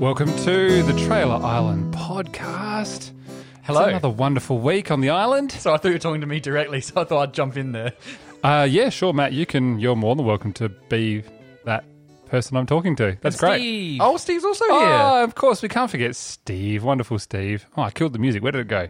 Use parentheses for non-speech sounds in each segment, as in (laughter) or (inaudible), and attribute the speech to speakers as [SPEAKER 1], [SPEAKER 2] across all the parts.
[SPEAKER 1] Welcome to the Trailer Island podcast.
[SPEAKER 2] Hello.
[SPEAKER 1] It's another wonderful week on the island.
[SPEAKER 2] So I thought you were talking to me directly, so I thought I'd jump in there.
[SPEAKER 1] Uh, yeah, sure, Matt. You can. You're more than welcome to be that person I'm talking to. That's great.
[SPEAKER 2] Steve. Oh, Steve's also here.
[SPEAKER 1] Oh, of course, we can't forget Steve. Wonderful Steve. Oh, I killed the music. Where did it go?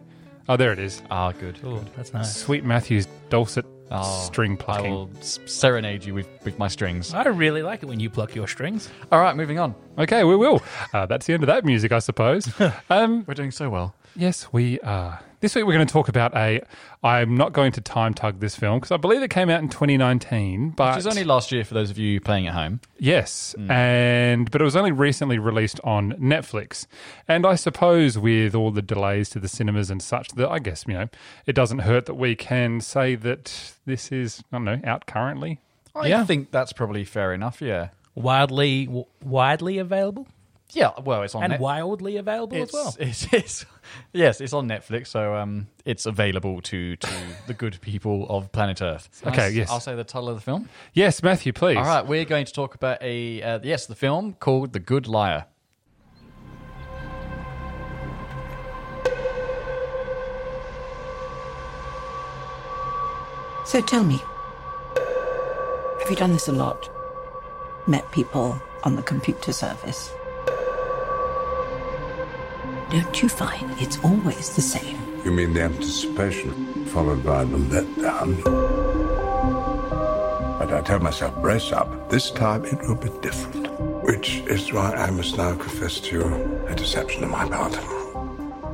[SPEAKER 1] Oh, there it is.
[SPEAKER 2] Ah, good. That's nice.
[SPEAKER 1] Sweet Matthew's dulcet
[SPEAKER 2] Oh,
[SPEAKER 1] string
[SPEAKER 2] I
[SPEAKER 1] plucking.
[SPEAKER 2] will s- serenade you with, with my strings.
[SPEAKER 3] I really like it when you pluck your strings.
[SPEAKER 2] Ah. All right, moving on.
[SPEAKER 1] Okay, we will. Uh, that's the end of that music, I suppose.
[SPEAKER 2] (laughs)
[SPEAKER 1] um,
[SPEAKER 2] We're doing so well.
[SPEAKER 1] yes, we are. This week we're going to talk about a. I'm not going to time tug this film because I believe it came out in 2019, but
[SPEAKER 2] Which is only Hmm. last year for those of you playing at home.
[SPEAKER 1] Yes, and but it was only recently released on Netflix, and I suppose with all the delays to the cinemas and such, that I guess you know it doesn't hurt that we can say that this is I don't know out currently.
[SPEAKER 2] I
[SPEAKER 3] Yeah.
[SPEAKER 2] think that's probably fair enough, yeah.
[SPEAKER 3] Widely, w- widely available
[SPEAKER 2] Yeah, well, it's on
[SPEAKER 3] and
[SPEAKER 2] Net-
[SPEAKER 3] wildly available
[SPEAKER 2] it's,
[SPEAKER 3] as well.
[SPEAKER 2] (laughs) It's, it's, yes, it's on Netflix, so um, it's available to, to the good people of planet Earth. Can I
[SPEAKER 1] Okay,
[SPEAKER 2] s-
[SPEAKER 1] yes.
[SPEAKER 2] I'll say the title of the film.
[SPEAKER 1] Yes, Matthew, please.
[SPEAKER 2] All right, we're going to talk about a, uh, yes, the film called The Good Liar.
[SPEAKER 4] So tell me, have you done this a lot? Met people on the computer service? Don't you find it's always the same?
[SPEAKER 5] You mean the anticipation, followed by the letdown? But I tell myself, brace up. This time it will be different. Which is why I must now confess to you a deception on my part.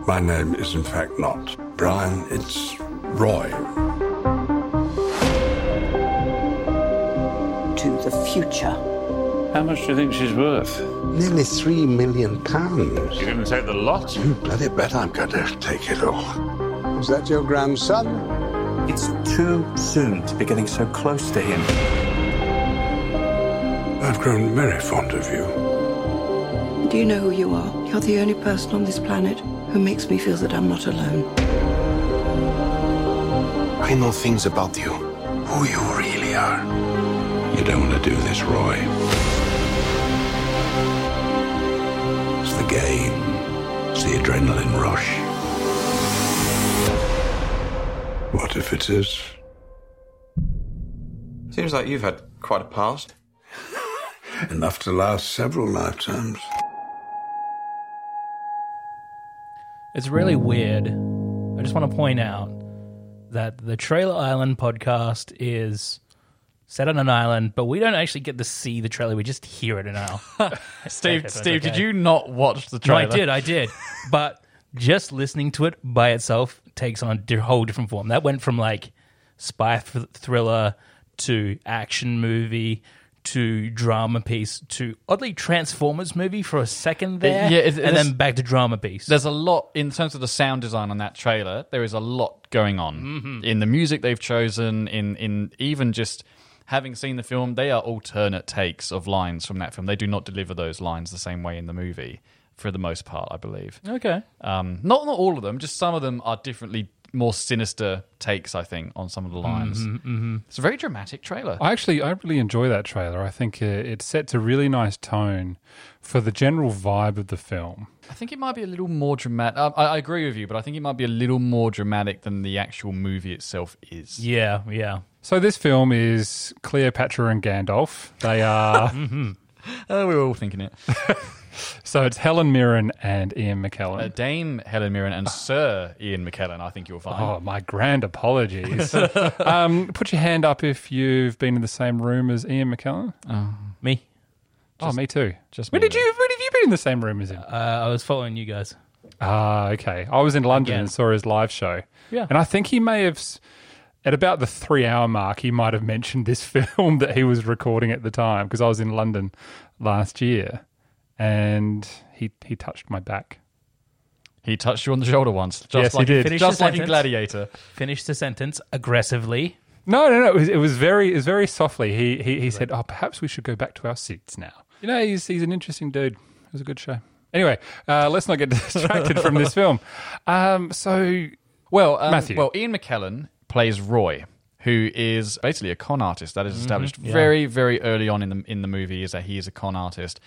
[SPEAKER 5] My name is, in fact, not Brian, it's Roy.
[SPEAKER 4] To the future.
[SPEAKER 6] How much do you think she's worth?
[SPEAKER 5] Nearly three million pounds.
[SPEAKER 6] You didn't take the lot?
[SPEAKER 5] You bloody bet I'm going to take it all. Is that your grandson?
[SPEAKER 7] It's too soon to be getting so close to him.
[SPEAKER 5] I've grown very fond of you.
[SPEAKER 8] Do you know who you are? You're the only person on this planet who makes me feel that I'm not alone.
[SPEAKER 5] I know things about you, who you really are. You don't want to do this, Roy. It's the game, it's the adrenaline rush. What if it is?
[SPEAKER 7] Seems like you've had quite a past.
[SPEAKER 5] (laughs) Enough to last several lifetimes.
[SPEAKER 3] It's really weird. I just want to point out that the Trailer Island podcast is set on an island, but we don't actually get to see the trailer. We just hear it (laughs) in our.
[SPEAKER 2] Steve,
[SPEAKER 3] that's
[SPEAKER 2] Steve, did
[SPEAKER 3] okay.
[SPEAKER 2] you not watch the
[SPEAKER 3] no,
[SPEAKER 2] trailer?
[SPEAKER 3] I did, I did. But just listening to it by itself takes on a di- whole different form. That went from like spy th- thriller to action movie to drama piece to oddly Transformers movie for a second there,
[SPEAKER 2] yeah, it-
[SPEAKER 3] and
[SPEAKER 2] it's-
[SPEAKER 3] then back to drama piece.
[SPEAKER 2] There's a lot in terms of the sound design on that trailer. There is a lot going on in the music they've chosen, in in even just having seen the film. They are alternate takes of lines from that film. They do not deliver those lines the same way in the movie for the most part, I believe.
[SPEAKER 3] Okay.
[SPEAKER 2] Um, not not all of them, just some of them are differently more sinister takes. I think on some of the lines. It's a very dramatic trailer.
[SPEAKER 1] I actually I really enjoy that trailer. I think uh, it sets a really nice tone for the general vibe of the film.
[SPEAKER 2] I think it might be a little more dramatic. um, I, I agree with you, but I think it might be a little more dramatic than the actual movie itself is.
[SPEAKER 3] Yeah, yeah.
[SPEAKER 1] So this film is Cleopatra and Gandalf. They are
[SPEAKER 2] Oh, we were all thinking it.
[SPEAKER 1] so it's Helen Mirren and Ian McKellen.
[SPEAKER 2] Uh, Dame Helen Mirren and Sir Ian McKellen, I think you'll find.
[SPEAKER 1] Ah. Oh, my grand apologies. um, put your hand up if you've been in the same room as Ian McKellen.
[SPEAKER 3] Me.
[SPEAKER 1] oh, me too.
[SPEAKER 2] just
[SPEAKER 1] when
[SPEAKER 2] me
[SPEAKER 1] did you? When have you been in the same room as him?
[SPEAKER 3] Uh, I was following you guys.
[SPEAKER 1] Ah, okay. I was in London
[SPEAKER 3] Again.
[SPEAKER 1] and saw his live show.
[SPEAKER 3] Yeah.
[SPEAKER 1] and I think he may have. s- At about the three-hour mark, he might have mentioned this (laughs) film that he was recording at the time because I was in London last year, and he he touched my back.
[SPEAKER 2] He touched you on the shoulder once. Just
[SPEAKER 1] Yes, he
[SPEAKER 2] like,
[SPEAKER 1] did.
[SPEAKER 3] Finish
[SPEAKER 2] Just
[SPEAKER 3] the
[SPEAKER 2] like in
[SPEAKER 3] sentence.
[SPEAKER 2] Gladiator.
[SPEAKER 3] Finished the sentence aggressively.
[SPEAKER 1] No, no, no. It was, it was very, it was very softly. He he, he said, "Oh, perhaps we should go back to our seats now." You know, he's he's an interesting dude. It was a good show. Anyway, uh, let's not get (laughs) distracted from this film. Um, so,
[SPEAKER 2] Well, um,
[SPEAKER 1] Matthew.
[SPEAKER 2] well, Ian McKellen plays Roy, who is
[SPEAKER 1] Mm-hmm.
[SPEAKER 2] basically a con artist. That is established very, very early on in the in the movie. Is that he is a con artist,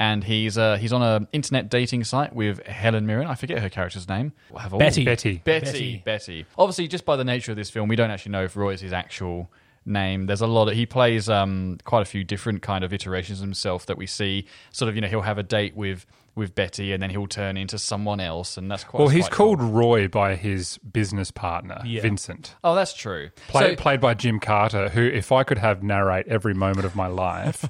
[SPEAKER 2] and he's uh, he's on an internet dating site with Helen Mirren. I forget her character's name. We'll have all-
[SPEAKER 3] Betty.
[SPEAKER 1] Betty.
[SPEAKER 2] Betty, Betty. Obviously, just by the nature of this film, we don't actually know if Roy is his actual name. There's a lot of he plays um, quite a few different kind of iterations of himself that we see. Sort of, you know, he'll have a date with with Betty, and then he'll turn into someone else, and that's quite.
[SPEAKER 1] Well, he's
[SPEAKER 2] quite
[SPEAKER 1] called
[SPEAKER 2] cool.
[SPEAKER 1] Roy by his business partner,
[SPEAKER 3] Yeah.
[SPEAKER 1] Vincent.
[SPEAKER 2] Oh, that's true.
[SPEAKER 1] Play,
[SPEAKER 2] So-
[SPEAKER 1] played by Jim Carter, who, if I could have narrate every moment of my (laughs) life,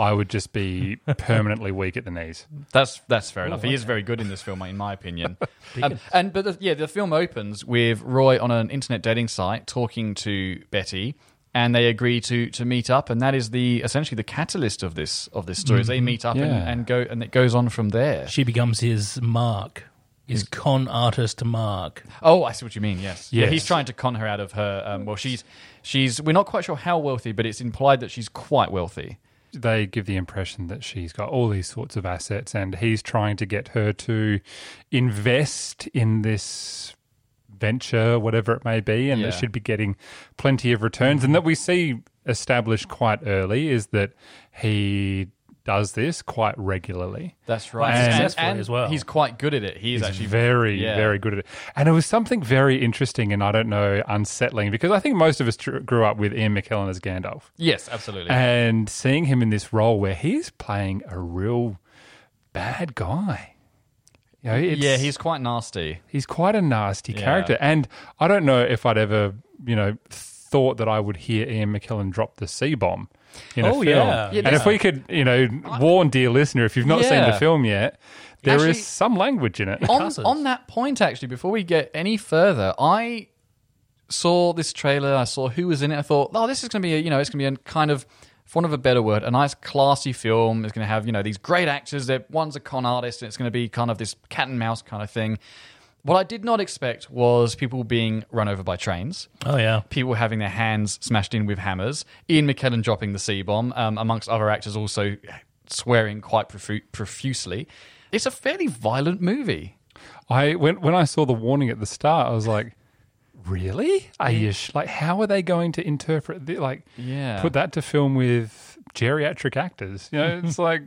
[SPEAKER 1] I would just be permanently weak at the knees.
[SPEAKER 2] That's that's fair enough. He is very good in this film, in my opinion. um, and but the, yeah, the film opens with Roy on an internet dating site talking to Betty, and they agree to to meet up, and that is the essentially the catalyst of this of this story. Is they meet up and,
[SPEAKER 1] Yeah.
[SPEAKER 2] and go, and it goes on from there.
[SPEAKER 3] She becomes his mark, his con artist mark.
[SPEAKER 2] Oh, I see what you mean. Yes, yeah.
[SPEAKER 1] Yes.
[SPEAKER 2] He's trying to con her out of her. Um, well, she's she's we're not quite sure how wealthy, but it's implied that she's quite wealthy.
[SPEAKER 1] They give the impression that she's got all these sorts of assets, and he's trying to get her to invest in this venture, whatever it may be, and
[SPEAKER 2] Yeah.
[SPEAKER 1] that should be getting plenty of returns. And that we see established quite early is that he does this quite regularly.
[SPEAKER 2] That's right,
[SPEAKER 1] And-
[SPEAKER 3] Successfully as well.
[SPEAKER 2] He's quite good at it. He is
[SPEAKER 1] He's
[SPEAKER 2] actually
[SPEAKER 1] very,
[SPEAKER 2] yeah.
[SPEAKER 1] very good at it. And it was something very interesting and I don't know, unsettling because I think most of us tr- grew up with Ian McKellen as Gandalf.
[SPEAKER 2] Yes, absolutely.
[SPEAKER 1] And seeing him in this role where he's playing a real bad guy. You know, it's-
[SPEAKER 2] yeah, he's quite nasty.
[SPEAKER 1] he's quite a nasty
[SPEAKER 2] Yeah.
[SPEAKER 1] character. And I don't know if I'd ever, you know, thought that I would hear Ian McKellen drop the C bomb in a
[SPEAKER 3] Oh,
[SPEAKER 1] film.
[SPEAKER 3] yeah.
[SPEAKER 2] Yeah,
[SPEAKER 1] and if we could, you know, warn dear listener, if you've not seen
[SPEAKER 2] Yeah.
[SPEAKER 1] the film yet, there is
[SPEAKER 2] Actually-
[SPEAKER 1] some language in it.
[SPEAKER 2] on, on that point, actually, before we get any further, I saw this trailer. I saw who was in it. I thought, oh, this is going to be, a, you know, it's going to be a kind of, for want of a better word, a nice classy film. It's going to have, you know, these great actors. That one's a con artist, and it's going to be kind of this cat and mouse kind of thing. What I did not expect was people being run over by trains
[SPEAKER 3] Oh yeah,
[SPEAKER 2] people having their hands smashed in with hammers, Ian McKellen dropping the C bomb, um, amongst other actors also swearing quite profu- profusely. It's a fairly violent movie.
[SPEAKER 1] I when when I saw the warning at the start, I was like, "Really? Are you sh- like how are they going to interpret the, like
[SPEAKER 2] Yeah.
[SPEAKER 1] put that to film with geriatric actors? You know, it's (laughs) like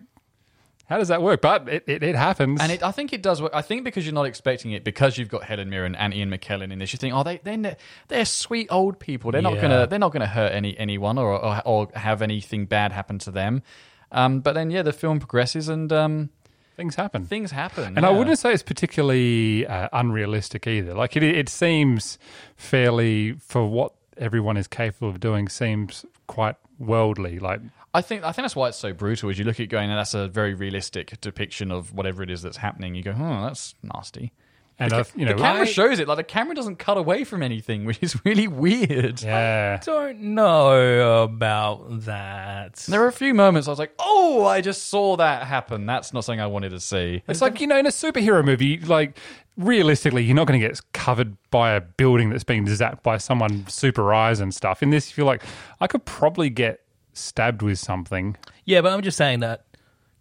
[SPEAKER 1] how does that work? But it, it, it happens.
[SPEAKER 2] And it, I think it does work. I think because you're not expecting it, because you've got Helen Mirren and Ian McKellen in this, you think, oh, they they're, ne- they're sweet old people. They're not
[SPEAKER 3] Yeah.
[SPEAKER 2] gonna they're not gonna hurt any anyone or or, or have anything bad happen to them. Um, but then yeah, the film progresses and um,
[SPEAKER 1] things happen.
[SPEAKER 2] things happen.
[SPEAKER 1] and I
[SPEAKER 2] yeah.
[SPEAKER 1] wouldn't say it's particularly uh, unrealistic either. Like it it seems fairly for what everyone is capable of doing seems quite worldly. Like
[SPEAKER 2] I think I think that's why it's so brutal. Is you look at it going, "Oh, that's a very realistic depiction of whatever it is that's happening. You go, oh, that's nasty.
[SPEAKER 1] and I, you know,
[SPEAKER 2] The camera
[SPEAKER 1] I-
[SPEAKER 2] shows it like the camera doesn't cut away from anything, (laughs) which is really weird.
[SPEAKER 1] yeah.
[SPEAKER 3] don't know about that.
[SPEAKER 2] There are a few moments I was like, oh, I just saw that happen. That's not something I wanted to see.
[SPEAKER 1] It's like, you know, in a superhero movie, like, realistically, you're not going to get covered by a building that's being zapped by someone super eyes and stuff. In this, you feel like, I could probably get stabbed with something.
[SPEAKER 3] Yeah, but I'm just saying that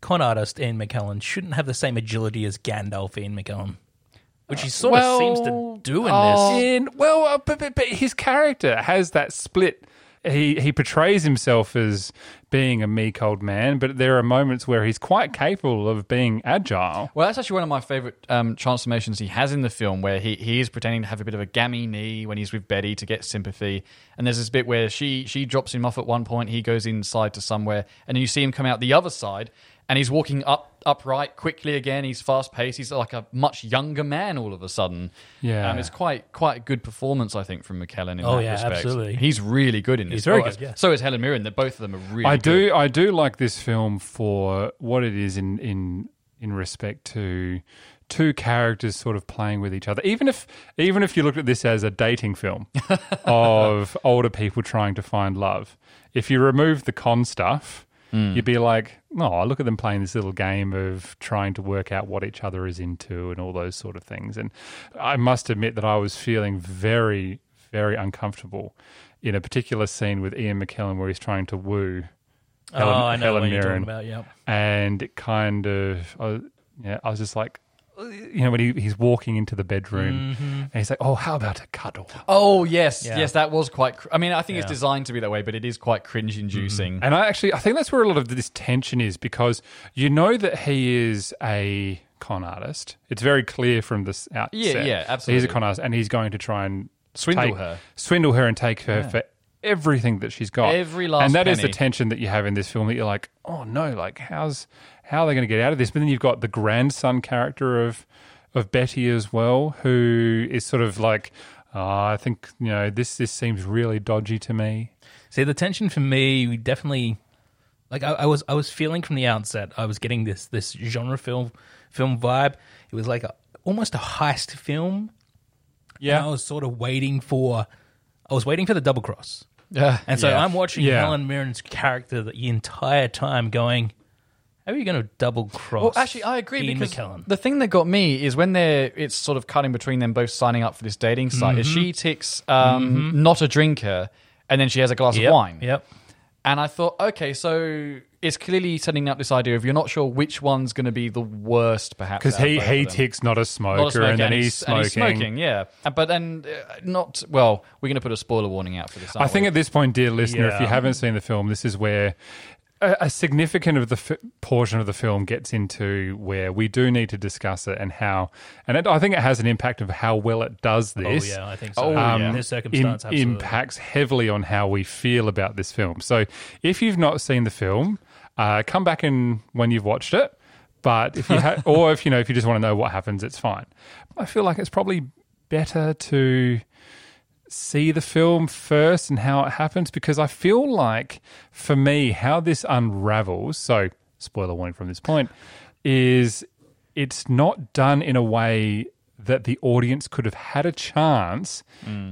[SPEAKER 3] con artist Ian McKellen shouldn't have the same agility as Gandalf Ian McKellen, which he sort
[SPEAKER 2] well, oh.
[SPEAKER 3] of seems to do in this.
[SPEAKER 1] In, well, uh, but, but, but his character has that split. He, he portrays himself as being a meek old man, but there are moments where he's quite capable of being agile.
[SPEAKER 2] Well, that's actually one of my favorite um, transformations he has in the film, where he, he is pretending to have a bit of a gammy knee when he's with Betty to get sympathy. And there's this bit where she she drops him off at one point. He goes inside to somewhere, and then you see him come out the other side, and he's walking up upright quickly again. He's fast paced. He's like a much younger man all of a sudden.
[SPEAKER 1] Yeah.
[SPEAKER 2] um, it's quite quite a good performance I think from McKellen in
[SPEAKER 3] Oh,
[SPEAKER 2] that
[SPEAKER 3] yeah,
[SPEAKER 2] respect.
[SPEAKER 3] absolutely.
[SPEAKER 2] He's really good in this.
[SPEAKER 3] He's very
[SPEAKER 2] Oh,
[SPEAKER 3] good, yeah.
[SPEAKER 2] So is Helen Mirren. That both of them are really.
[SPEAKER 1] I
[SPEAKER 2] good.
[SPEAKER 1] do I do like this film for what it is in in in respect to two characters sort of playing with each other. Even if even if you looked at this as a dating film of older people trying to find love, if you remove the con stuff,
[SPEAKER 3] Hmm.
[SPEAKER 1] you'd be like, oh, look at them playing this little game of trying to work out what each other is into and all those sort of things. And I must admit that I was feeling very very uncomfortable in a particular scene with Ian McKellen where he's trying to woo
[SPEAKER 3] oh,
[SPEAKER 1] Helen-
[SPEAKER 3] I know
[SPEAKER 1] Helen
[SPEAKER 3] what you're talking
[SPEAKER 1] Mirren.
[SPEAKER 3] about. Yeah,
[SPEAKER 1] and it kind of I, was- yeah, I was just like, you know, when he, he's walking into the bedroom
[SPEAKER 3] Mm-hmm.
[SPEAKER 1] and he's like, oh, how about a cuddle?
[SPEAKER 2] Oh yes,
[SPEAKER 3] Yeah.
[SPEAKER 2] yes, that was quite. Cr- I mean, I think it's
[SPEAKER 3] Yeah.
[SPEAKER 2] designed to be that way, but it is quite cringe-inducing.
[SPEAKER 1] And I actually, I think that's where a lot of this tension is because you know that he is a con artist. It's very clear from this outset.
[SPEAKER 2] Yeah, yeah,
[SPEAKER 1] He's a
[SPEAKER 2] absolutely.
[SPEAKER 1] con artist, and he's going to try and
[SPEAKER 2] Swindle
[SPEAKER 1] take-
[SPEAKER 2] her.
[SPEAKER 1] swindle her, and take her for everything that she's got.
[SPEAKER 2] Every last
[SPEAKER 1] and that is
[SPEAKER 2] penny.
[SPEAKER 1] the tension that you have in this film that you're like, oh no, like how's how are they going to get out of this? But then you've got the grandson character of of Betty as well, who is sort of like. "Ah, I think you know this. This seems really dodgy to me.
[SPEAKER 3] See, the tension for me definitely, like I, I was, I was feeling from the outset, I was getting this this genre film film vibe. It was like a, almost a heist film. and I was sort of waiting for, I was waiting for the double cross,
[SPEAKER 2] Yeah,
[SPEAKER 3] and so I'm watching
[SPEAKER 1] Yeah.
[SPEAKER 3] Helen Mirren's character the entire time, going, "How are you going to double cross?"
[SPEAKER 2] Well, actually, I agree
[SPEAKER 3] Ian
[SPEAKER 2] because
[SPEAKER 3] McKellen.
[SPEAKER 2] the thing that got me is when they're it's sort of cutting between them both signing up for this dating site. Is she ticks um, not a drinker, and then she has a glass
[SPEAKER 3] Yep,
[SPEAKER 2] of wine.
[SPEAKER 3] Yep.
[SPEAKER 2] And I thought, okay, so it's clearly setting up this idea of you're not sure which one's going to be the worst, perhaps.
[SPEAKER 1] because
[SPEAKER 2] out of
[SPEAKER 1] he
[SPEAKER 2] both
[SPEAKER 1] he
[SPEAKER 2] of them.
[SPEAKER 1] ticks not a smoker,
[SPEAKER 2] Not a smoker,
[SPEAKER 1] and then he's
[SPEAKER 2] and
[SPEAKER 1] smoking.
[SPEAKER 2] he's smoking, yeah. Uh, But then, uh, not well. We're going to put a spoiler warning out for this.
[SPEAKER 1] I
[SPEAKER 2] aren't
[SPEAKER 1] think
[SPEAKER 2] we?
[SPEAKER 1] at this point, dear listener, if you
[SPEAKER 3] Yeah.
[SPEAKER 1] haven't seen the film, this is where a, a significant of the f- portion of the film gets into where we do need to discuss it and how, and it, I think it has an impact of how well it does this.
[SPEAKER 3] oh yeah, I think so.
[SPEAKER 2] Oh,
[SPEAKER 3] Um,
[SPEAKER 2] yeah.
[SPEAKER 3] in this circumstance,
[SPEAKER 1] im-
[SPEAKER 3] absolutely.
[SPEAKER 1] impacts heavily on how we feel about this film. So, if you've not seen the film, uh, come back in when you've watched it. But if you ha- or if you know if you just want to know what happens, it's fine. I feel like it's probably better to see the film first and how it happens because I feel like for me how this unravels. So, spoiler warning from this point is it's not done in a way that the audience could have had a chance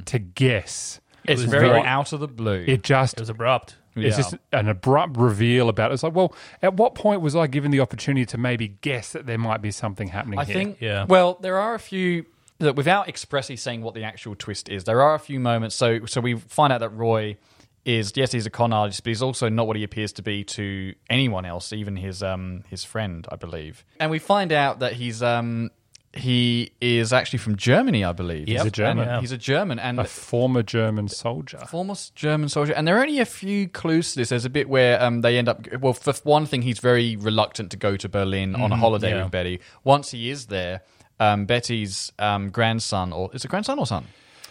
[SPEAKER 1] to guess.
[SPEAKER 2] it's
[SPEAKER 1] what-
[SPEAKER 2] very out of the blue.
[SPEAKER 1] It just
[SPEAKER 3] it was abrupt.
[SPEAKER 1] it's
[SPEAKER 2] Yeah.
[SPEAKER 1] just an abrupt reveal about it. It's like, well, at what point was I given the opportunity to maybe guess that there might be something happening
[SPEAKER 2] I
[SPEAKER 1] here?
[SPEAKER 2] think.
[SPEAKER 3] Yeah.
[SPEAKER 2] Well, there are a few. Look, without expressly saying what the actual twist is, there are a few moments. So, so we find out that Roy is yes, he's a con artist, but he's also not what he appears to be to anyone else, even his um his friend, I believe. And we find out that he's um he is actually from Germany, I believe.
[SPEAKER 3] He's a
[SPEAKER 2] And
[SPEAKER 1] German.
[SPEAKER 2] He's a German, and
[SPEAKER 1] a former German soldier.
[SPEAKER 2] former German soldier, and there are only a few clues to this. There's a bit where um, they end up. Well, for one thing, he's very reluctant to go to Berlin on a holiday
[SPEAKER 3] yeah.
[SPEAKER 2] with Betty. Once he is there, um, Betty's um, grandson, or is it grandson or son?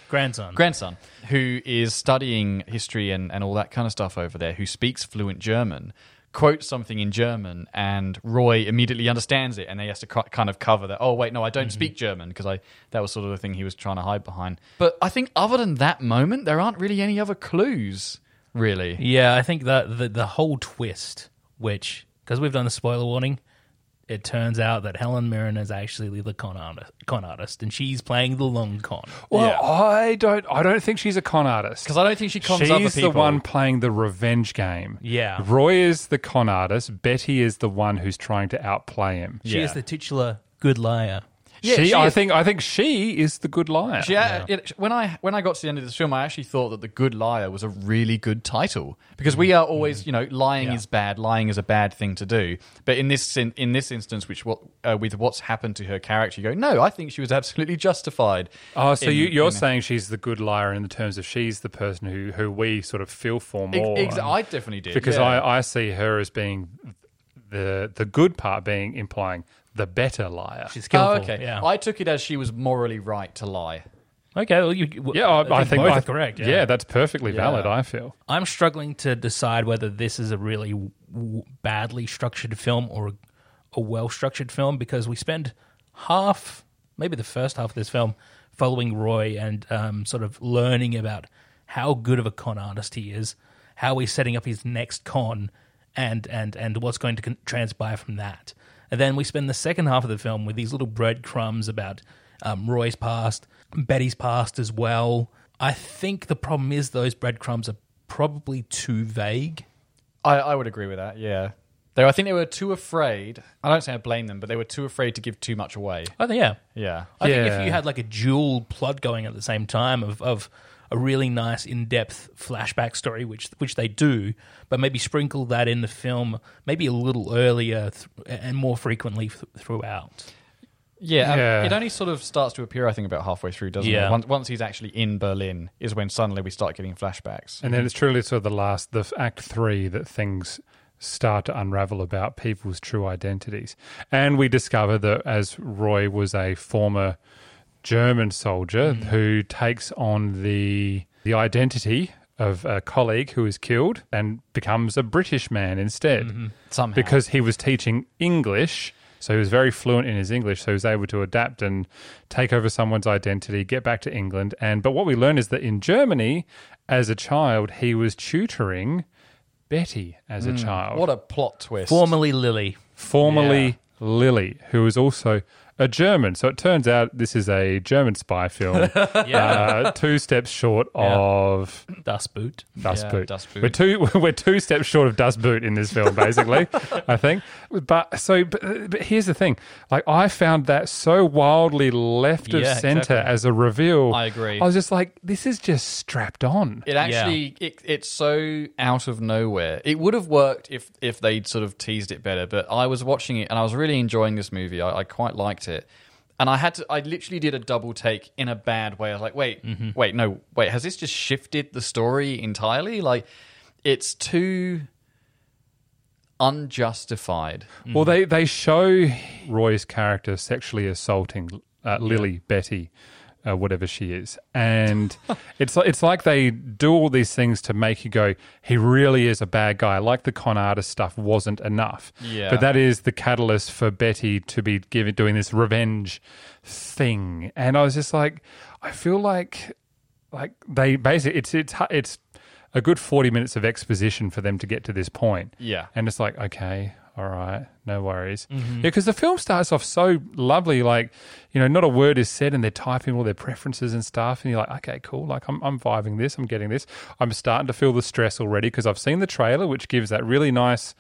[SPEAKER 3] Grandson.
[SPEAKER 2] Grandson, who is studying history and, and all that kind of stuff over there, who speaks fluent German, quotes something in German, and Roy immediately understands it, and he has to co- kind of cover that. Oh wait, no, I
[SPEAKER 1] Mm-hmm.
[SPEAKER 2] don't speak German because I that was sort of the thing he was trying to hide behind. But I think other than that moment, there aren't really any other clues, really.
[SPEAKER 3] Yeah, I think that the, the whole twist, which because we've done the spoiler warning, it turns out that Helen Mirren is actually the con artist, con artist, and she's playing the long con.
[SPEAKER 1] Well, I don't. I don't think she's a con artist
[SPEAKER 2] 'Cause I don't think she cons
[SPEAKER 1] She's
[SPEAKER 2] other people.
[SPEAKER 1] the one playing the revenge game.
[SPEAKER 3] Yeah.
[SPEAKER 1] Roy is the con artist. Betty is the one who's trying to outplay him.
[SPEAKER 3] She is the titular good liar.
[SPEAKER 2] Yeah,
[SPEAKER 1] she,
[SPEAKER 2] she
[SPEAKER 1] I
[SPEAKER 2] is-
[SPEAKER 1] think. I think she is the good liar.
[SPEAKER 2] She, it- when I when I got to the end of this film, I actually thought that the Good Liar was a really good title because we are
[SPEAKER 1] Mm.
[SPEAKER 2] always, you know, lying is bad, lying is a bad thing to do. But in this in, in this instance, which what uh, with what's happened to her character, you go, no, I think she was absolutely justified.
[SPEAKER 1] Oh, so
[SPEAKER 2] in-
[SPEAKER 1] you, you're
[SPEAKER 2] in-
[SPEAKER 1] saying she's the good liar in the terms of she's the person who, who we sort of feel for
[SPEAKER 2] Ex-
[SPEAKER 1] more.
[SPEAKER 2] ex- I definitely did
[SPEAKER 1] because
[SPEAKER 2] yeah. Oh,
[SPEAKER 1] I, I see her as being the the good part being implying the better liar.
[SPEAKER 3] She's skillful.
[SPEAKER 2] Oh, okay.
[SPEAKER 3] Yeah.
[SPEAKER 2] I took it as she was morally right to lie.
[SPEAKER 3] okay. Well, you, well,
[SPEAKER 1] yeah, I, I think,
[SPEAKER 3] both
[SPEAKER 1] I-
[SPEAKER 3] are correct.
[SPEAKER 1] Yeah.
[SPEAKER 3] yeah.
[SPEAKER 1] that's perfectly valid. I feel.
[SPEAKER 3] I'm struggling to decide whether this is a really w- w- badly structured film or a, a well structured film because we spend half, maybe the first half of this film, following Roy and um, sort of learning about how good of a con artist he is, how he's setting up his next con, and and and what's going to con- transpire from that. And then we spend the second half of the film with these little breadcrumbs about um, Roy's past, Betty's past as well. I think the problem is those breadcrumbs are probably too vague.
[SPEAKER 2] I, I would agree with that. Yeah. They, I think they were too afraid. I don't say I blame them, but they were too afraid to give too much away.
[SPEAKER 3] I think, yeah.
[SPEAKER 2] Yeah.
[SPEAKER 3] I think
[SPEAKER 1] Yeah.
[SPEAKER 3] if you had like a dual plot going at the same time of, of a really nice in depth flashback story, which which they do, but maybe sprinkle that in the film maybe a little earlier th- and more frequently th- throughout.
[SPEAKER 2] Yeah, um,
[SPEAKER 1] Yeah.
[SPEAKER 2] it only sort of starts to appear, I think, about halfway through, doesn't
[SPEAKER 3] Yeah.
[SPEAKER 2] it? Once, once he's actually in Berlin, is when suddenly we start getting flashbacks.
[SPEAKER 1] And then it's truly sort of the last, the f- act three, that things start to unravel about people's true identities. And we discover that as Roy was a former German soldier
[SPEAKER 2] Hmm.
[SPEAKER 1] who takes on the the identity of a colleague who is killed and becomes a British man instead.
[SPEAKER 2] Mm-hmm. Somehow.
[SPEAKER 1] Because he was teaching English. So he was very fluent in his English, so he was able to adapt and take over someone's identity, get back to England. And but what we learn is that in Germany, as a child, he was tutoring Betty as a child.
[SPEAKER 2] Hmm. What a plot twist.
[SPEAKER 3] Formerly Lily.
[SPEAKER 1] formerly Lily, who is also a German. So it turns out this is a German spy
[SPEAKER 2] (laughs)
[SPEAKER 1] film, uh, two steps short of
[SPEAKER 3] Dust boot.
[SPEAKER 1] Dust,
[SPEAKER 2] Yeah,
[SPEAKER 1] boot.
[SPEAKER 2] Dust Boot.
[SPEAKER 1] We're two (laughs) we're two steps short of Dust Boot in this film,
[SPEAKER 2] (laughs)
[SPEAKER 1] basically. I think. But so, but, but here's the thing: like I found that so wildly left of
[SPEAKER 3] Yeah,
[SPEAKER 1] center
[SPEAKER 3] exactly.
[SPEAKER 1] as a reveal.
[SPEAKER 2] I agree.
[SPEAKER 1] I was just like, this is just strapped on.
[SPEAKER 2] It actually it, it's so out of nowhere. It would have worked if if they'd sort of teased it better, but I was watching it and I was really enjoying this movie. I, I quite liked it. And I had to I literally did a double take in a bad way. I was like, wait, wait, no, wait, has this just shifted the story entirely? Like it's too unjustified.
[SPEAKER 1] Well, they they show Roy's character sexually assaulting uh, Lily Betty, uh, whatever she is, and it's like, it's like they do all these things to make you go, he really is a bad guy. Like the con artist stuff wasn't enough,
[SPEAKER 2] Yeah.
[SPEAKER 1] But that is the catalyst for Betty to be giving doing this revenge thing, and I was just like, I feel like like they basically it's it's it's a good 40 minutes of exposition for them to get to this point
[SPEAKER 2] Yeah.
[SPEAKER 1] and it's like okay all right no worries yeah because the film starts off so lovely like you know not a word is said and they're typing all their preferences and stuff and you're like okay cool like i'm, I'm vibing this i'm getting this i'm starting to feel the stress already because i've seen the trailer which gives that really nice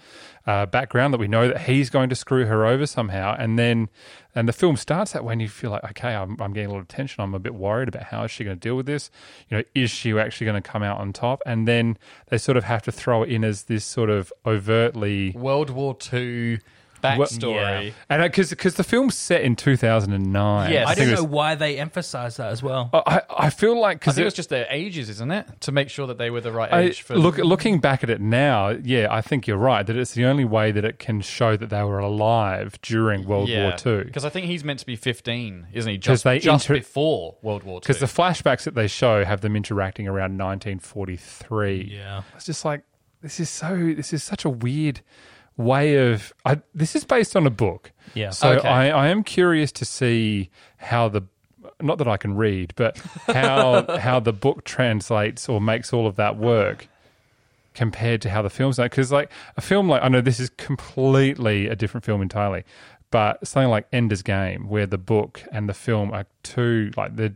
[SPEAKER 1] uh, background that we know that he's going to screw her over somehow and then and the film starts that way and you feel like okay i'm, I'm getting a lot of tension i'm a bit worried about how is she going to deal with this you know is she actually going to come out on top and then they sort of have to throw it in as this sort of overtly
[SPEAKER 2] World War Two backstory.
[SPEAKER 1] and because because the film's set in 2009
[SPEAKER 2] Yes.
[SPEAKER 3] I
[SPEAKER 1] think Oh,
[SPEAKER 3] don't
[SPEAKER 1] it
[SPEAKER 3] know
[SPEAKER 1] was-
[SPEAKER 3] why they emphasize that as well.
[SPEAKER 1] I, I feel like
[SPEAKER 2] I
[SPEAKER 1] because
[SPEAKER 2] think it was just their ages, isn't it? To make sure that they were the right
[SPEAKER 1] I-
[SPEAKER 2] age for
[SPEAKER 1] look, looking back at it now, yeah, I think you're right that it's the only way that it can show that they were alive during World War II.
[SPEAKER 2] Because I think he's meant to be 15, isn't he?
[SPEAKER 1] 'Cause
[SPEAKER 2] Just,
[SPEAKER 1] they
[SPEAKER 2] just
[SPEAKER 1] inter-
[SPEAKER 2] before World War II.
[SPEAKER 1] Because the flashbacks that they show have them interacting around 1943.
[SPEAKER 3] Yeah.
[SPEAKER 1] it's just like this is so this is such a weird way of. I, this is based on a book.
[SPEAKER 3] Yeah.
[SPEAKER 1] so
[SPEAKER 2] Okay.
[SPEAKER 1] I, I am curious to see how the not that I can read, but
[SPEAKER 3] (laughs)
[SPEAKER 1] how how the book translates or makes all of that work compared to how the film's like because like a film like I know this is completely a different film entirely, but something like Ender's Game where the book and the film are two like the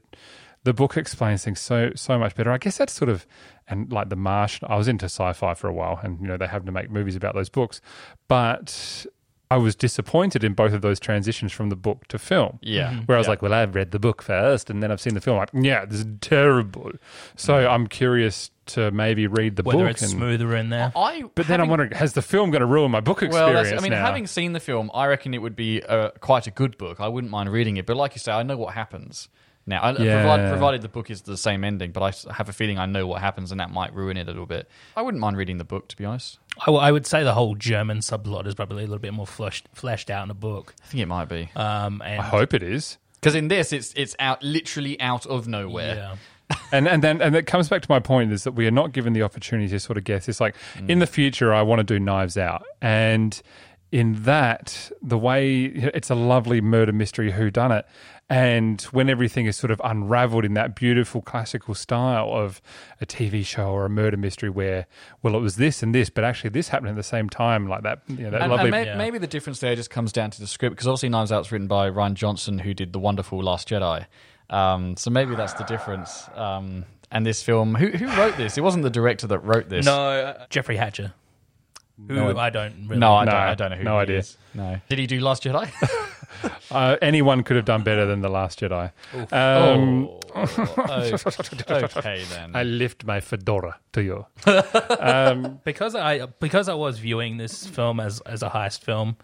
[SPEAKER 1] the book explains things so so much better. I guess that's sort of and like the Martian. I was into sci-fi for a while, and you know they happen to make movies about those books, but. I was disappointed in both of those transitions from the book to film.
[SPEAKER 2] Yeah.
[SPEAKER 3] Mm-hmm.
[SPEAKER 2] Mhm.
[SPEAKER 1] Where I was like, well, I've read the book first and then I've seen the film. Like, yeah, this is terrible. So
[SPEAKER 2] Mm-hmm.
[SPEAKER 1] I'm curious to maybe read the
[SPEAKER 3] Whether
[SPEAKER 1] book.
[SPEAKER 3] it's
[SPEAKER 1] and-
[SPEAKER 3] smoother in there.
[SPEAKER 2] I,
[SPEAKER 1] but then I'm
[SPEAKER 2] having-
[SPEAKER 1] wondering, has the film going to ruin my book
[SPEAKER 2] Well,
[SPEAKER 1] experience
[SPEAKER 2] that's, I mean,
[SPEAKER 1] now?
[SPEAKER 2] having seen the film, I reckon it would be uh, quite a good book. I wouldn't mind reading it. But like you say, I know what happens now. I,
[SPEAKER 1] Yeah.
[SPEAKER 2] provided, provided the book is the same ending, but I s- have a feeling I know what happens and that might ruin it a little bit. I wouldn't mind reading the book, to be honest.
[SPEAKER 3] I, w- I would say the whole German subplot is probably a little bit more fleshed, fleshed out in the book.
[SPEAKER 2] I think it might be.
[SPEAKER 3] Um, and
[SPEAKER 1] I hope it is.
[SPEAKER 2] Because in this, it's it's out literally out of nowhere.
[SPEAKER 3] yeah.
[SPEAKER 1] And and then and it comes back to my point is that we are not given the opportunity to sort of guess. It's like
[SPEAKER 2] Mm.
[SPEAKER 1] in the future I want to do Knives Out, and in that the way it's a lovely murder mystery who done it, and when everything is sort of unravelled in that beautiful classical style of a TV show or a murder mystery where well it was this and this, but actually this happened at the same time like that. You know, that
[SPEAKER 2] And,
[SPEAKER 1] lovely.
[SPEAKER 2] and may- maybe the difference there just comes down to the script because obviously Knives Out's written by Ryan Johnson, who did the wonderful Last Jedi. Um, so maybe that's the difference. Um, and this film, who, who wrote this? It wasn't the director that wrote this.
[SPEAKER 3] No, uh, Jeffrey Hatcher, who
[SPEAKER 1] No,
[SPEAKER 3] I don't really.
[SPEAKER 2] no, I,
[SPEAKER 1] No,
[SPEAKER 2] don't, I don't know who.
[SPEAKER 1] no
[SPEAKER 2] he
[SPEAKER 1] idea.
[SPEAKER 2] is. No, did he do Last Jedi?
[SPEAKER 1] (laughs) uh, anyone could have done better than the Last Jedi. Um,
[SPEAKER 2] oh, okay, Oh, okay then.
[SPEAKER 1] I lift my fedora to you.
[SPEAKER 3] because I because I was viewing this film as as a heist film.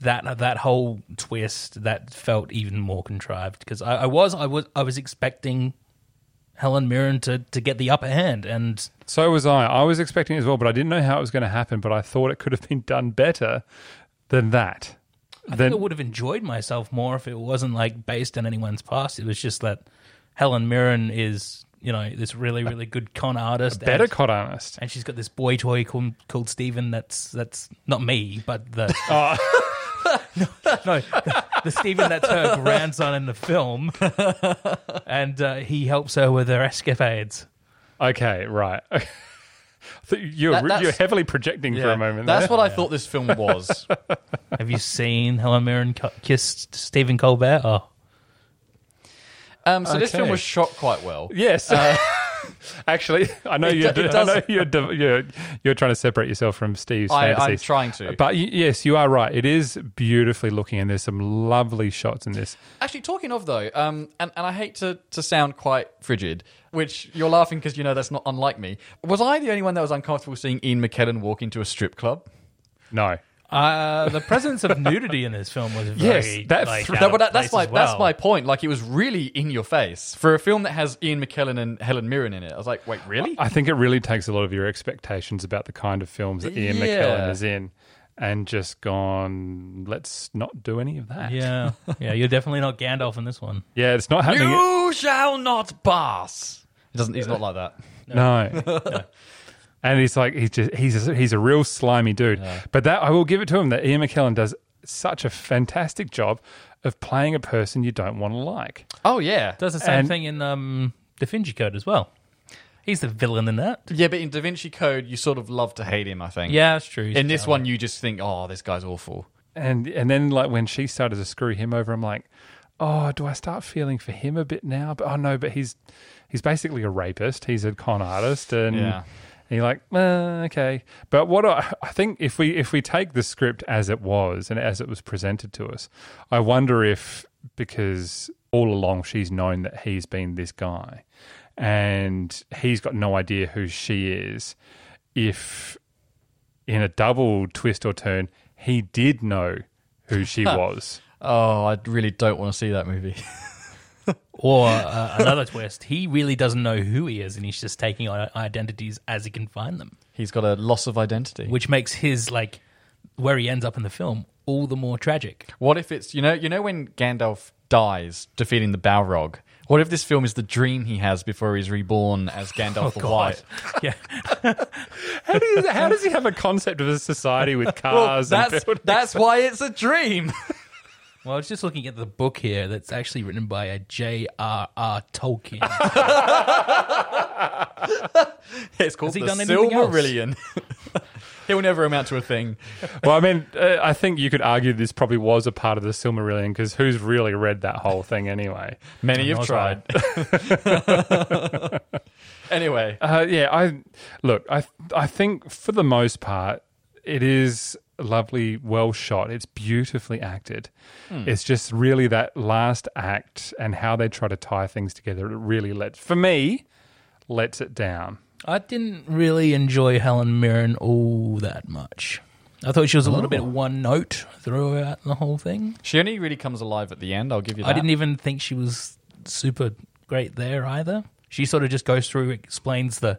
[SPEAKER 3] that that whole twist that felt even more contrived because I, I was I was I was expecting Helen Mirren to to get the upper hand and
[SPEAKER 1] (laughs) So was I. I was expecting it as well, but I didn't know how it was going to happen. But I thought it could have been done better than that.
[SPEAKER 3] I
[SPEAKER 1] Then-
[SPEAKER 3] think I would have enjoyed myself more if it wasn't like based on anyone's past. It was just that Helen Mirren is you know this really really good con artist.
[SPEAKER 1] better
[SPEAKER 3] and,
[SPEAKER 1] con artist.
[SPEAKER 3] and she's got this boy toy called, called Steven that's that's not me, but the (laughs) no, no, the, the Steven that's her grandson in the film, and uh, he helps her with her escapades.
[SPEAKER 1] Okay, right. (laughs) I thought you're
[SPEAKER 2] That- that's-
[SPEAKER 1] you're heavily projecting for a moment.
[SPEAKER 2] That's
[SPEAKER 1] there. (laughs)
[SPEAKER 2] what I thought this film was.
[SPEAKER 3] Have you seen Helen Mirren co- kiss Stephen Colbert? Oh,
[SPEAKER 2] Um, so this
[SPEAKER 1] Okay.
[SPEAKER 2] film was shot quite well.
[SPEAKER 1] Yes. (laughs) Actually, I know
[SPEAKER 2] Uh, (laughs) It
[SPEAKER 1] you're.
[SPEAKER 2] do- it
[SPEAKER 1] I know
[SPEAKER 2] does-
[SPEAKER 1] you're, div- you're. You're trying to separate yourself from Steve's
[SPEAKER 2] I- I'm
[SPEAKER 1] fantasies.
[SPEAKER 2] trying to.
[SPEAKER 1] But y- yes, you are right. It is beautifully looking, and there's some lovely shots in this.
[SPEAKER 2] Actually, talking of though, um, and, and I hate to, to sound quite frigid, which you're laughing because you know that's not unlike me. Was I the only one that was uncomfortable seeing Ian McKellen walk into a strip club?
[SPEAKER 1] No.
[SPEAKER 3] uh, the presence of nudity in this film was very
[SPEAKER 1] Yes, that
[SPEAKER 3] like,
[SPEAKER 1] thr-
[SPEAKER 3] out
[SPEAKER 2] No,
[SPEAKER 3] of
[SPEAKER 2] but that,
[SPEAKER 3] place
[SPEAKER 2] that's my
[SPEAKER 3] as well.
[SPEAKER 2] that's my point. Like it was really in your face for a film that has Ian McKellen and Helen Mirren in it. I was like, wait, really?
[SPEAKER 1] I think it really takes a lot of your expectations about the kind of films that Ian
[SPEAKER 2] Yeah.
[SPEAKER 1] McKellen is in, and just gone. Let's not do any of that.
[SPEAKER 3] (laughs) Yeah, yeah, you're definitely not Gandalf in this one.
[SPEAKER 1] Yeah, it's not happening.
[SPEAKER 2] you shall not pass. It doesn't. He's not like that.
[SPEAKER 1] No. And he's like he's just he's a, he's a real slimy dude. But that I will give it to him that Ian McKellen does such a fantastic job of playing a person you don't want to like.
[SPEAKER 2] Oh yeah,
[SPEAKER 3] Does the same
[SPEAKER 1] And-
[SPEAKER 3] thing in um, Da Vinci Code as well. He's the villain in that.
[SPEAKER 2] yeah. But in Da Vinci Code, you sort of love to hate him. I think.
[SPEAKER 3] Yeah, that's true.
[SPEAKER 2] In this one, you just think, oh, this guy's awful.
[SPEAKER 1] And and then like when she started to screw him over, I'm like, oh, do I start feeling for him a bit now? But oh no, but he's he's basically a rapist. He's a con artist, and
[SPEAKER 2] Yeah.
[SPEAKER 1] and you're like, uh, okay. But what I, I think if we if we take the script as it was and as it was presented to us, I wonder if because all along she's known that he's been this guy, and he's got no idea who she is. If in a double twist or turn, he did know who
[SPEAKER 2] (laughs)
[SPEAKER 1] she was.
[SPEAKER 2] Oh, I really don't want to see that movie.
[SPEAKER 3] Or uh, another twist, he really doesn't know who he is, and he's just taking on identities as he can find them,
[SPEAKER 2] He's got a loss of identity.
[SPEAKER 3] which makes his like where he ends up in the film all the more tragic.
[SPEAKER 2] What if it's you know you know when Gandalf dies defeating the Balrog? What if this film is the dream he has before he's reborn as (laughs) Gandalf the White?
[SPEAKER 3] yeah,
[SPEAKER 1] How, do you, how does he have a concept of a society with
[SPEAKER 2] (laughs) Well,
[SPEAKER 1] cars and
[SPEAKER 2] (laughs) that's
[SPEAKER 1] buildings?
[SPEAKER 2] Ah, that's why it's a (laughs) dream.
[SPEAKER 3] well, I was just looking at the book here that's actually written by a J.R.R. Tolkien.
[SPEAKER 2] It's called
[SPEAKER 3] Has he
[SPEAKER 2] the
[SPEAKER 3] done anything else?
[SPEAKER 2] Silmarillion. (laughs) He'll never amount to a thing.
[SPEAKER 1] Well, I mean, uh, I think you could argue this probably was a part of the Silmarillion because who's really read that whole thing anyway?
[SPEAKER 2] Many have
[SPEAKER 1] not
[SPEAKER 2] tried. (laughs) anyway,
[SPEAKER 1] Uh, yeah, I look. I I think for the most part, it is lovely, well shot. It's beautifully acted.
[SPEAKER 2] Hmm.
[SPEAKER 1] It's just really that last act and how they try to tie things together. It really lets for me lets it down.
[SPEAKER 3] I didn't really enjoy Helen Mirren all that much. I thought she was a little bit one note throughout the whole thing.
[SPEAKER 2] she only really comes alive at the end. I'll give you that.
[SPEAKER 3] I didn't even think she was super great there either. She sort of just goes through, explains the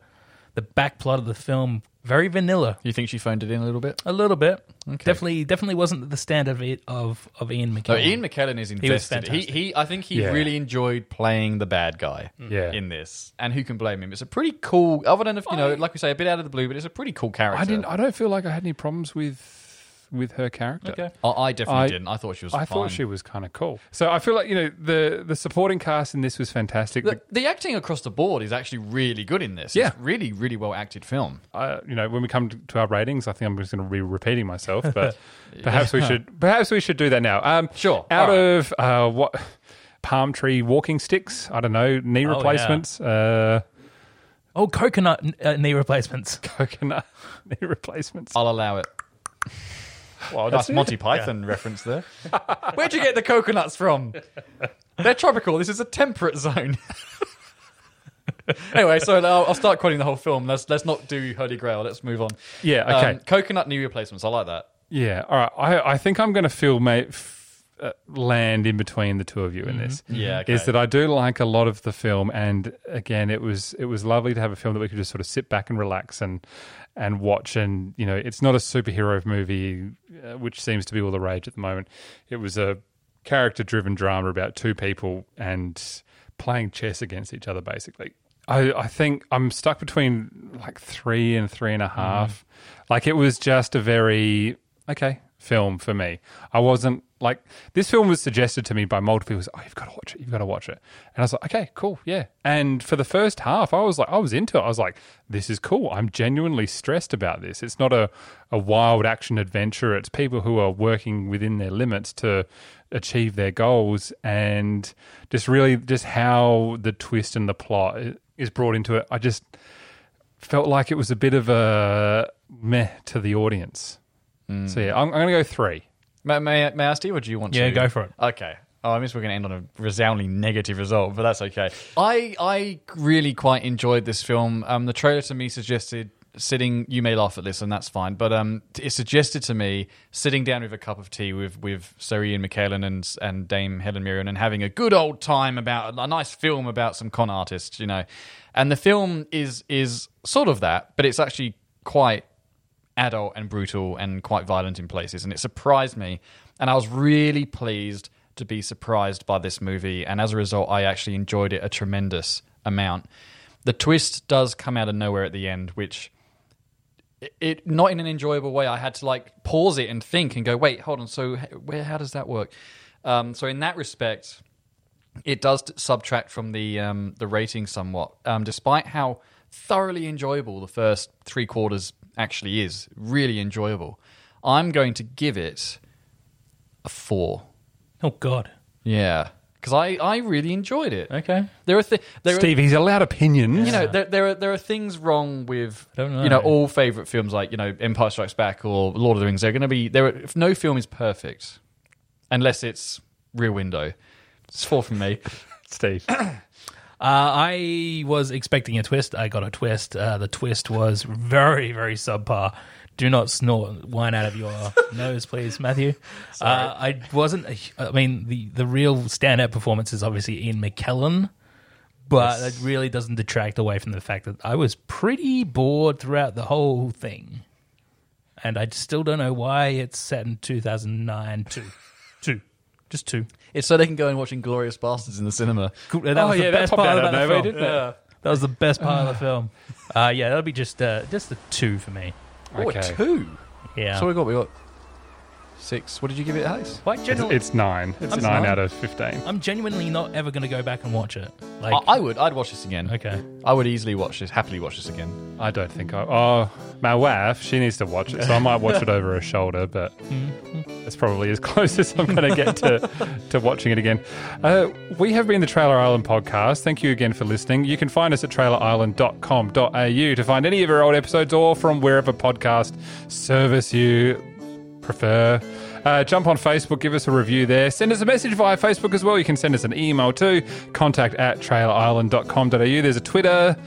[SPEAKER 3] the back plot of the film, very vanilla,
[SPEAKER 2] You think she phoned it in a little bit?
[SPEAKER 3] a little bit. Definitely, definitely wasn't the standard of it- of, of Ian McKellen.
[SPEAKER 2] No, Oh, Ian McKellen is
[SPEAKER 3] He was
[SPEAKER 2] invested. He, he,
[SPEAKER 3] fantastic.
[SPEAKER 2] I think he
[SPEAKER 1] Yeah.
[SPEAKER 2] really enjoyed playing the bad guy
[SPEAKER 1] Yeah.
[SPEAKER 2] in this. And who can blame him? It's a pretty cool, other than, if, you know, like we say, a bit out of the blue, but it's a pretty cool character.
[SPEAKER 1] I didn't. I don't feel like I had any problems with with her character.
[SPEAKER 3] Okay.
[SPEAKER 2] I, I definitely
[SPEAKER 1] I-
[SPEAKER 2] didn't. I thought she was
[SPEAKER 1] I
[SPEAKER 2] fine.
[SPEAKER 1] thought she was kind of cool. So I feel like you know the the supporting cast in this was fantastic.
[SPEAKER 2] The, the acting across the board is actually really good in this.
[SPEAKER 1] Yeah.
[SPEAKER 2] It's really, really well acted film.
[SPEAKER 1] uh, you know, when we come to- to our ratings, I think I'm just going to be repeating
[SPEAKER 2] (laughs)
[SPEAKER 1] myself, but perhaps we should perhaps we should do that now. Um,
[SPEAKER 2] Sure.
[SPEAKER 1] Out
[SPEAKER 2] All right.
[SPEAKER 1] of uh, what palm tree walking sticks? I don't know
[SPEAKER 2] Oh,
[SPEAKER 1] knee
[SPEAKER 3] yeah.
[SPEAKER 1] replacements, uh, (laughs)
[SPEAKER 3] oh, coconut uh, knee replacements. (laughs)
[SPEAKER 1] coconut knee replacements.
[SPEAKER 2] I'll allow it. Oh, Well, that's Monty Python reference there. Where'd you get the coconuts from? They're tropical. This is a temperate zone. (laughs) anyway, so I'll, I'll start quoting the whole film. Let's let's not do Holy Grail. Let's move on. Um,
[SPEAKER 1] Yeah, okay.
[SPEAKER 2] coconut knee replacements. I like that.
[SPEAKER 1] Yeah. All right. I, I think I'm going to feel mate, f- uh, land in between the two of you in this.
[SPEAKER 2] Mm-hmm. Yeah,
[SPEAKER 1] Is
[SPEAKER 2] okay.
[SPEAKER 1] that I do like a lot of the film, and again, it was it was lovely to have a film that we could just sort of sit back and relax and and watch. And you know, it's not a superhero movie, uh, which seems to be all the rage at the moment. It was a character driven drama about two people and playing chess against each other, basically. I, I think I'm stuck between like three and three and a half. Like it was just a very okay film for me. I wasn't like this film was suggested to me by multiple people. was, Oh, you've got to watch it. You've got to watch it. And I was like, okay, cool, yeah. And for the first half, I was like, I was into it. I was like, this is cool. I'm genuinely stressed about this. It's not a a wild action adventure. It's people who are working within their limits to achieve their goals and just really just how the twist and the plot i- is brought into it. I just felt like it was a bit of a meh to the audience. Mm-hmm. So yeah, I'm, I'm going to go three.
[SPEAKER 2] May, may, may I ask you, or do you want
[SPEAKER 3] Yeah,
[SPEAKER 2] to?
[SPEAKER 3] go for it.
[SPEAKER 2] Okay. Oh, I guess we're going to end on a resoundingly negative result, but that's okay. I I really quite enjoyed this film. Um, the trailer to me suggested sitting. You may laugh at this, and that's fine. But um, it suggested to me sitting down with a cup of tea with with Sir Ian McKellen and and Dame Helen Mirren and having a good old time about a nice film about some con artists, you know. And the film is is sort of that, but it's actually quite adult and brutal and quite violent in places. And it surprised me. And I was really pleased to be surprised by this movie. And as a result, I actually enjoyed it a tremendous amount. The twist does come out of nowhere at the end, which it, it not in an enjoyable way. I had to like pause it and think and go, wait, hold on. So h- where, how does that work? Um, so in that respect, it does t- subtract from the um, the rating somewhat, um, despite how thoroughly enjoyable the first three quarters actually is. Really enjoyable. I'm going to give it a four.
[SPEAKER 3] Oh God.
[SPEAKER 2] Yeah, because I, I really enjoyed it.
[SPEAKER 3] Okay.
[SPEAKER 2] There are thi- there are,
[SPEAKER 1] Stevie's allowed opinions.
[SPEAKER 2] you know there, there are there are things wrong with
[SPEAKER 3] don't know.
[SPEAKER 2] you know all favorite films like you know Empire Strikes Back or Lord of the Rings. They're going to be there. Are, if no film is perfect, unless it's Rear Window. It's four from
[SPEAKER 3] (laughs)
[SPEAKER 2] me.
[SPEAKER 1] Steve.
[SPEAKER 3] Uh, I was expecting a twist. I got a twist. Uh, the twist was very, very subpar. Do not snort wine out of your nose, please, Matthew. Uh, I wasn't. a hu- I mean, the the real standout performance is obviously Ian McKellen, but it really doesn't detract away from the fact that I was pretty bored throughout the whole thing, and I still don't know why it's set in two thousand nine. Two, two, just two.
[SPEAKER 2] It's so they can go and watch Inglorious Bastards in the cinema.
[SPEAKER 3] That
[SPEAKER 1] Oh,
[SPEAKER 3] was
[SPEAKER 1] yeah, that
[SPEAKER 3] the best
[SPEAKER 1] popped
[SPEAKER 3] part
[SPEAKER 1] out
[SPEAKER 3] about
[SPEAKER 1] of
[SPEAKER 3] the
[SPEAKER 1] nowhere,
[SPEAKER 3] film.
[SPEAKER 1] didn't it?
[SPEAKER 3] Yeah. That was the best part of the film. Uh, yeah, that'll be just uh, just the two for me.
[SPEAKER 2] Oh, a
[SPEAKER 1] Okay.
[SPEAKER 2] two.
[SPEAKER 3] Yeah.
[SPEAKER 2] So we got we got six. What did you give it, Alex?
[SPEAKER 3] Like, generally,
[SPEAKER 1] It's nine. It's
[SPEAKER 2] That's
[SPEAKER 1] nine,
[SPEAKER 2] nine.
[SPEAKER 1] out of 15.
[SPEAKER 3] I'm genuinely not ever going to go back and watch it. Like,
[SPEAKER 2] I, I would. I'd watch this again.
[SPEAKER 3] okay,
[SPEAKER 2] I would easily watch this. Happily watch this again.
[SPEAKER 1] I don't think I. Oh, my wife, she needs to watch it, so I might watch it over her shoulder, but that's probably as (laughs) close as I'm going to get to to watching it again. Uh, we have been the Trailer Island podcast. Thank you again for listening. You can find us at trailerisland.com.au to find any of our old episodes or from wherever podcast service you prefer. Uh, jump on Facebook, give us a review there. Send us a message via Facebook as well. You can send us an email too. Contact at trailerisland.com.au. There's a Twitter,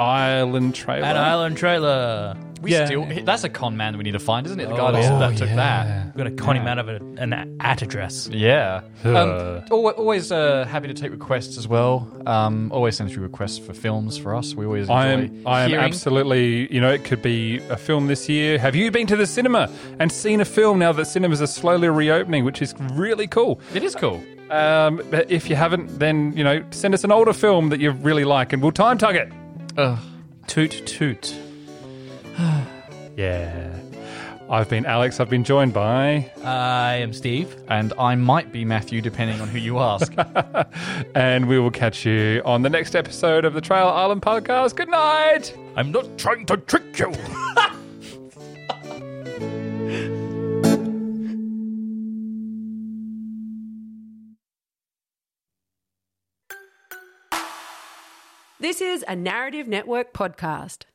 [SPEAKER 1] Island Trailer.
[SPEAKER 3] an island trailer.
[SPEAKER 2] We still. That's a con man that we need to find, isn't it? The guy
[SPEAKER 3] Oh,
[SPEAKER 2] that,
[SPEAKER 3] yeah.
[SPEAKER 2] that took that.
[SPEAKER 3] We've got to con him out of a, an a- at address.
[SPEAKER 2] Yeah.
[SPEAKER 1] Uh.
[SPEAKER 2] Um, al- always uh, happy to take requests as well. Um, always send through requests for films for us. We always enjoy
[SPEAKER 1] I am, I am
[SPEAKER 2] hearing.
[SPEAKER 1] absolutely, you know, it could be a film this year. Have you been to the cinema and seen a film now that cinemas are slowly reopening, which is really cool?
[SPEAKER 2] It is cool.
[SPEAKER 1] Um, but if you haven't, then, you know, send us an older film that you really like and we'll time tug it.
[SPEAKER 3] Toot toot.
[SPEAKER 1] Yeah. I've been Alex. I've been joined by.
[SPEAKER 3] I am Steve.
[SPEAKER 2] And I might be Matthew, depending on who you ask.
[SPEAKER 1] And we will catch you on the next episode of the Trail Island podcast. Good night.
[SPEAKER 3] I'm not trying to trick you.
[SPEAKER 9] This is a Narrative Network podcast.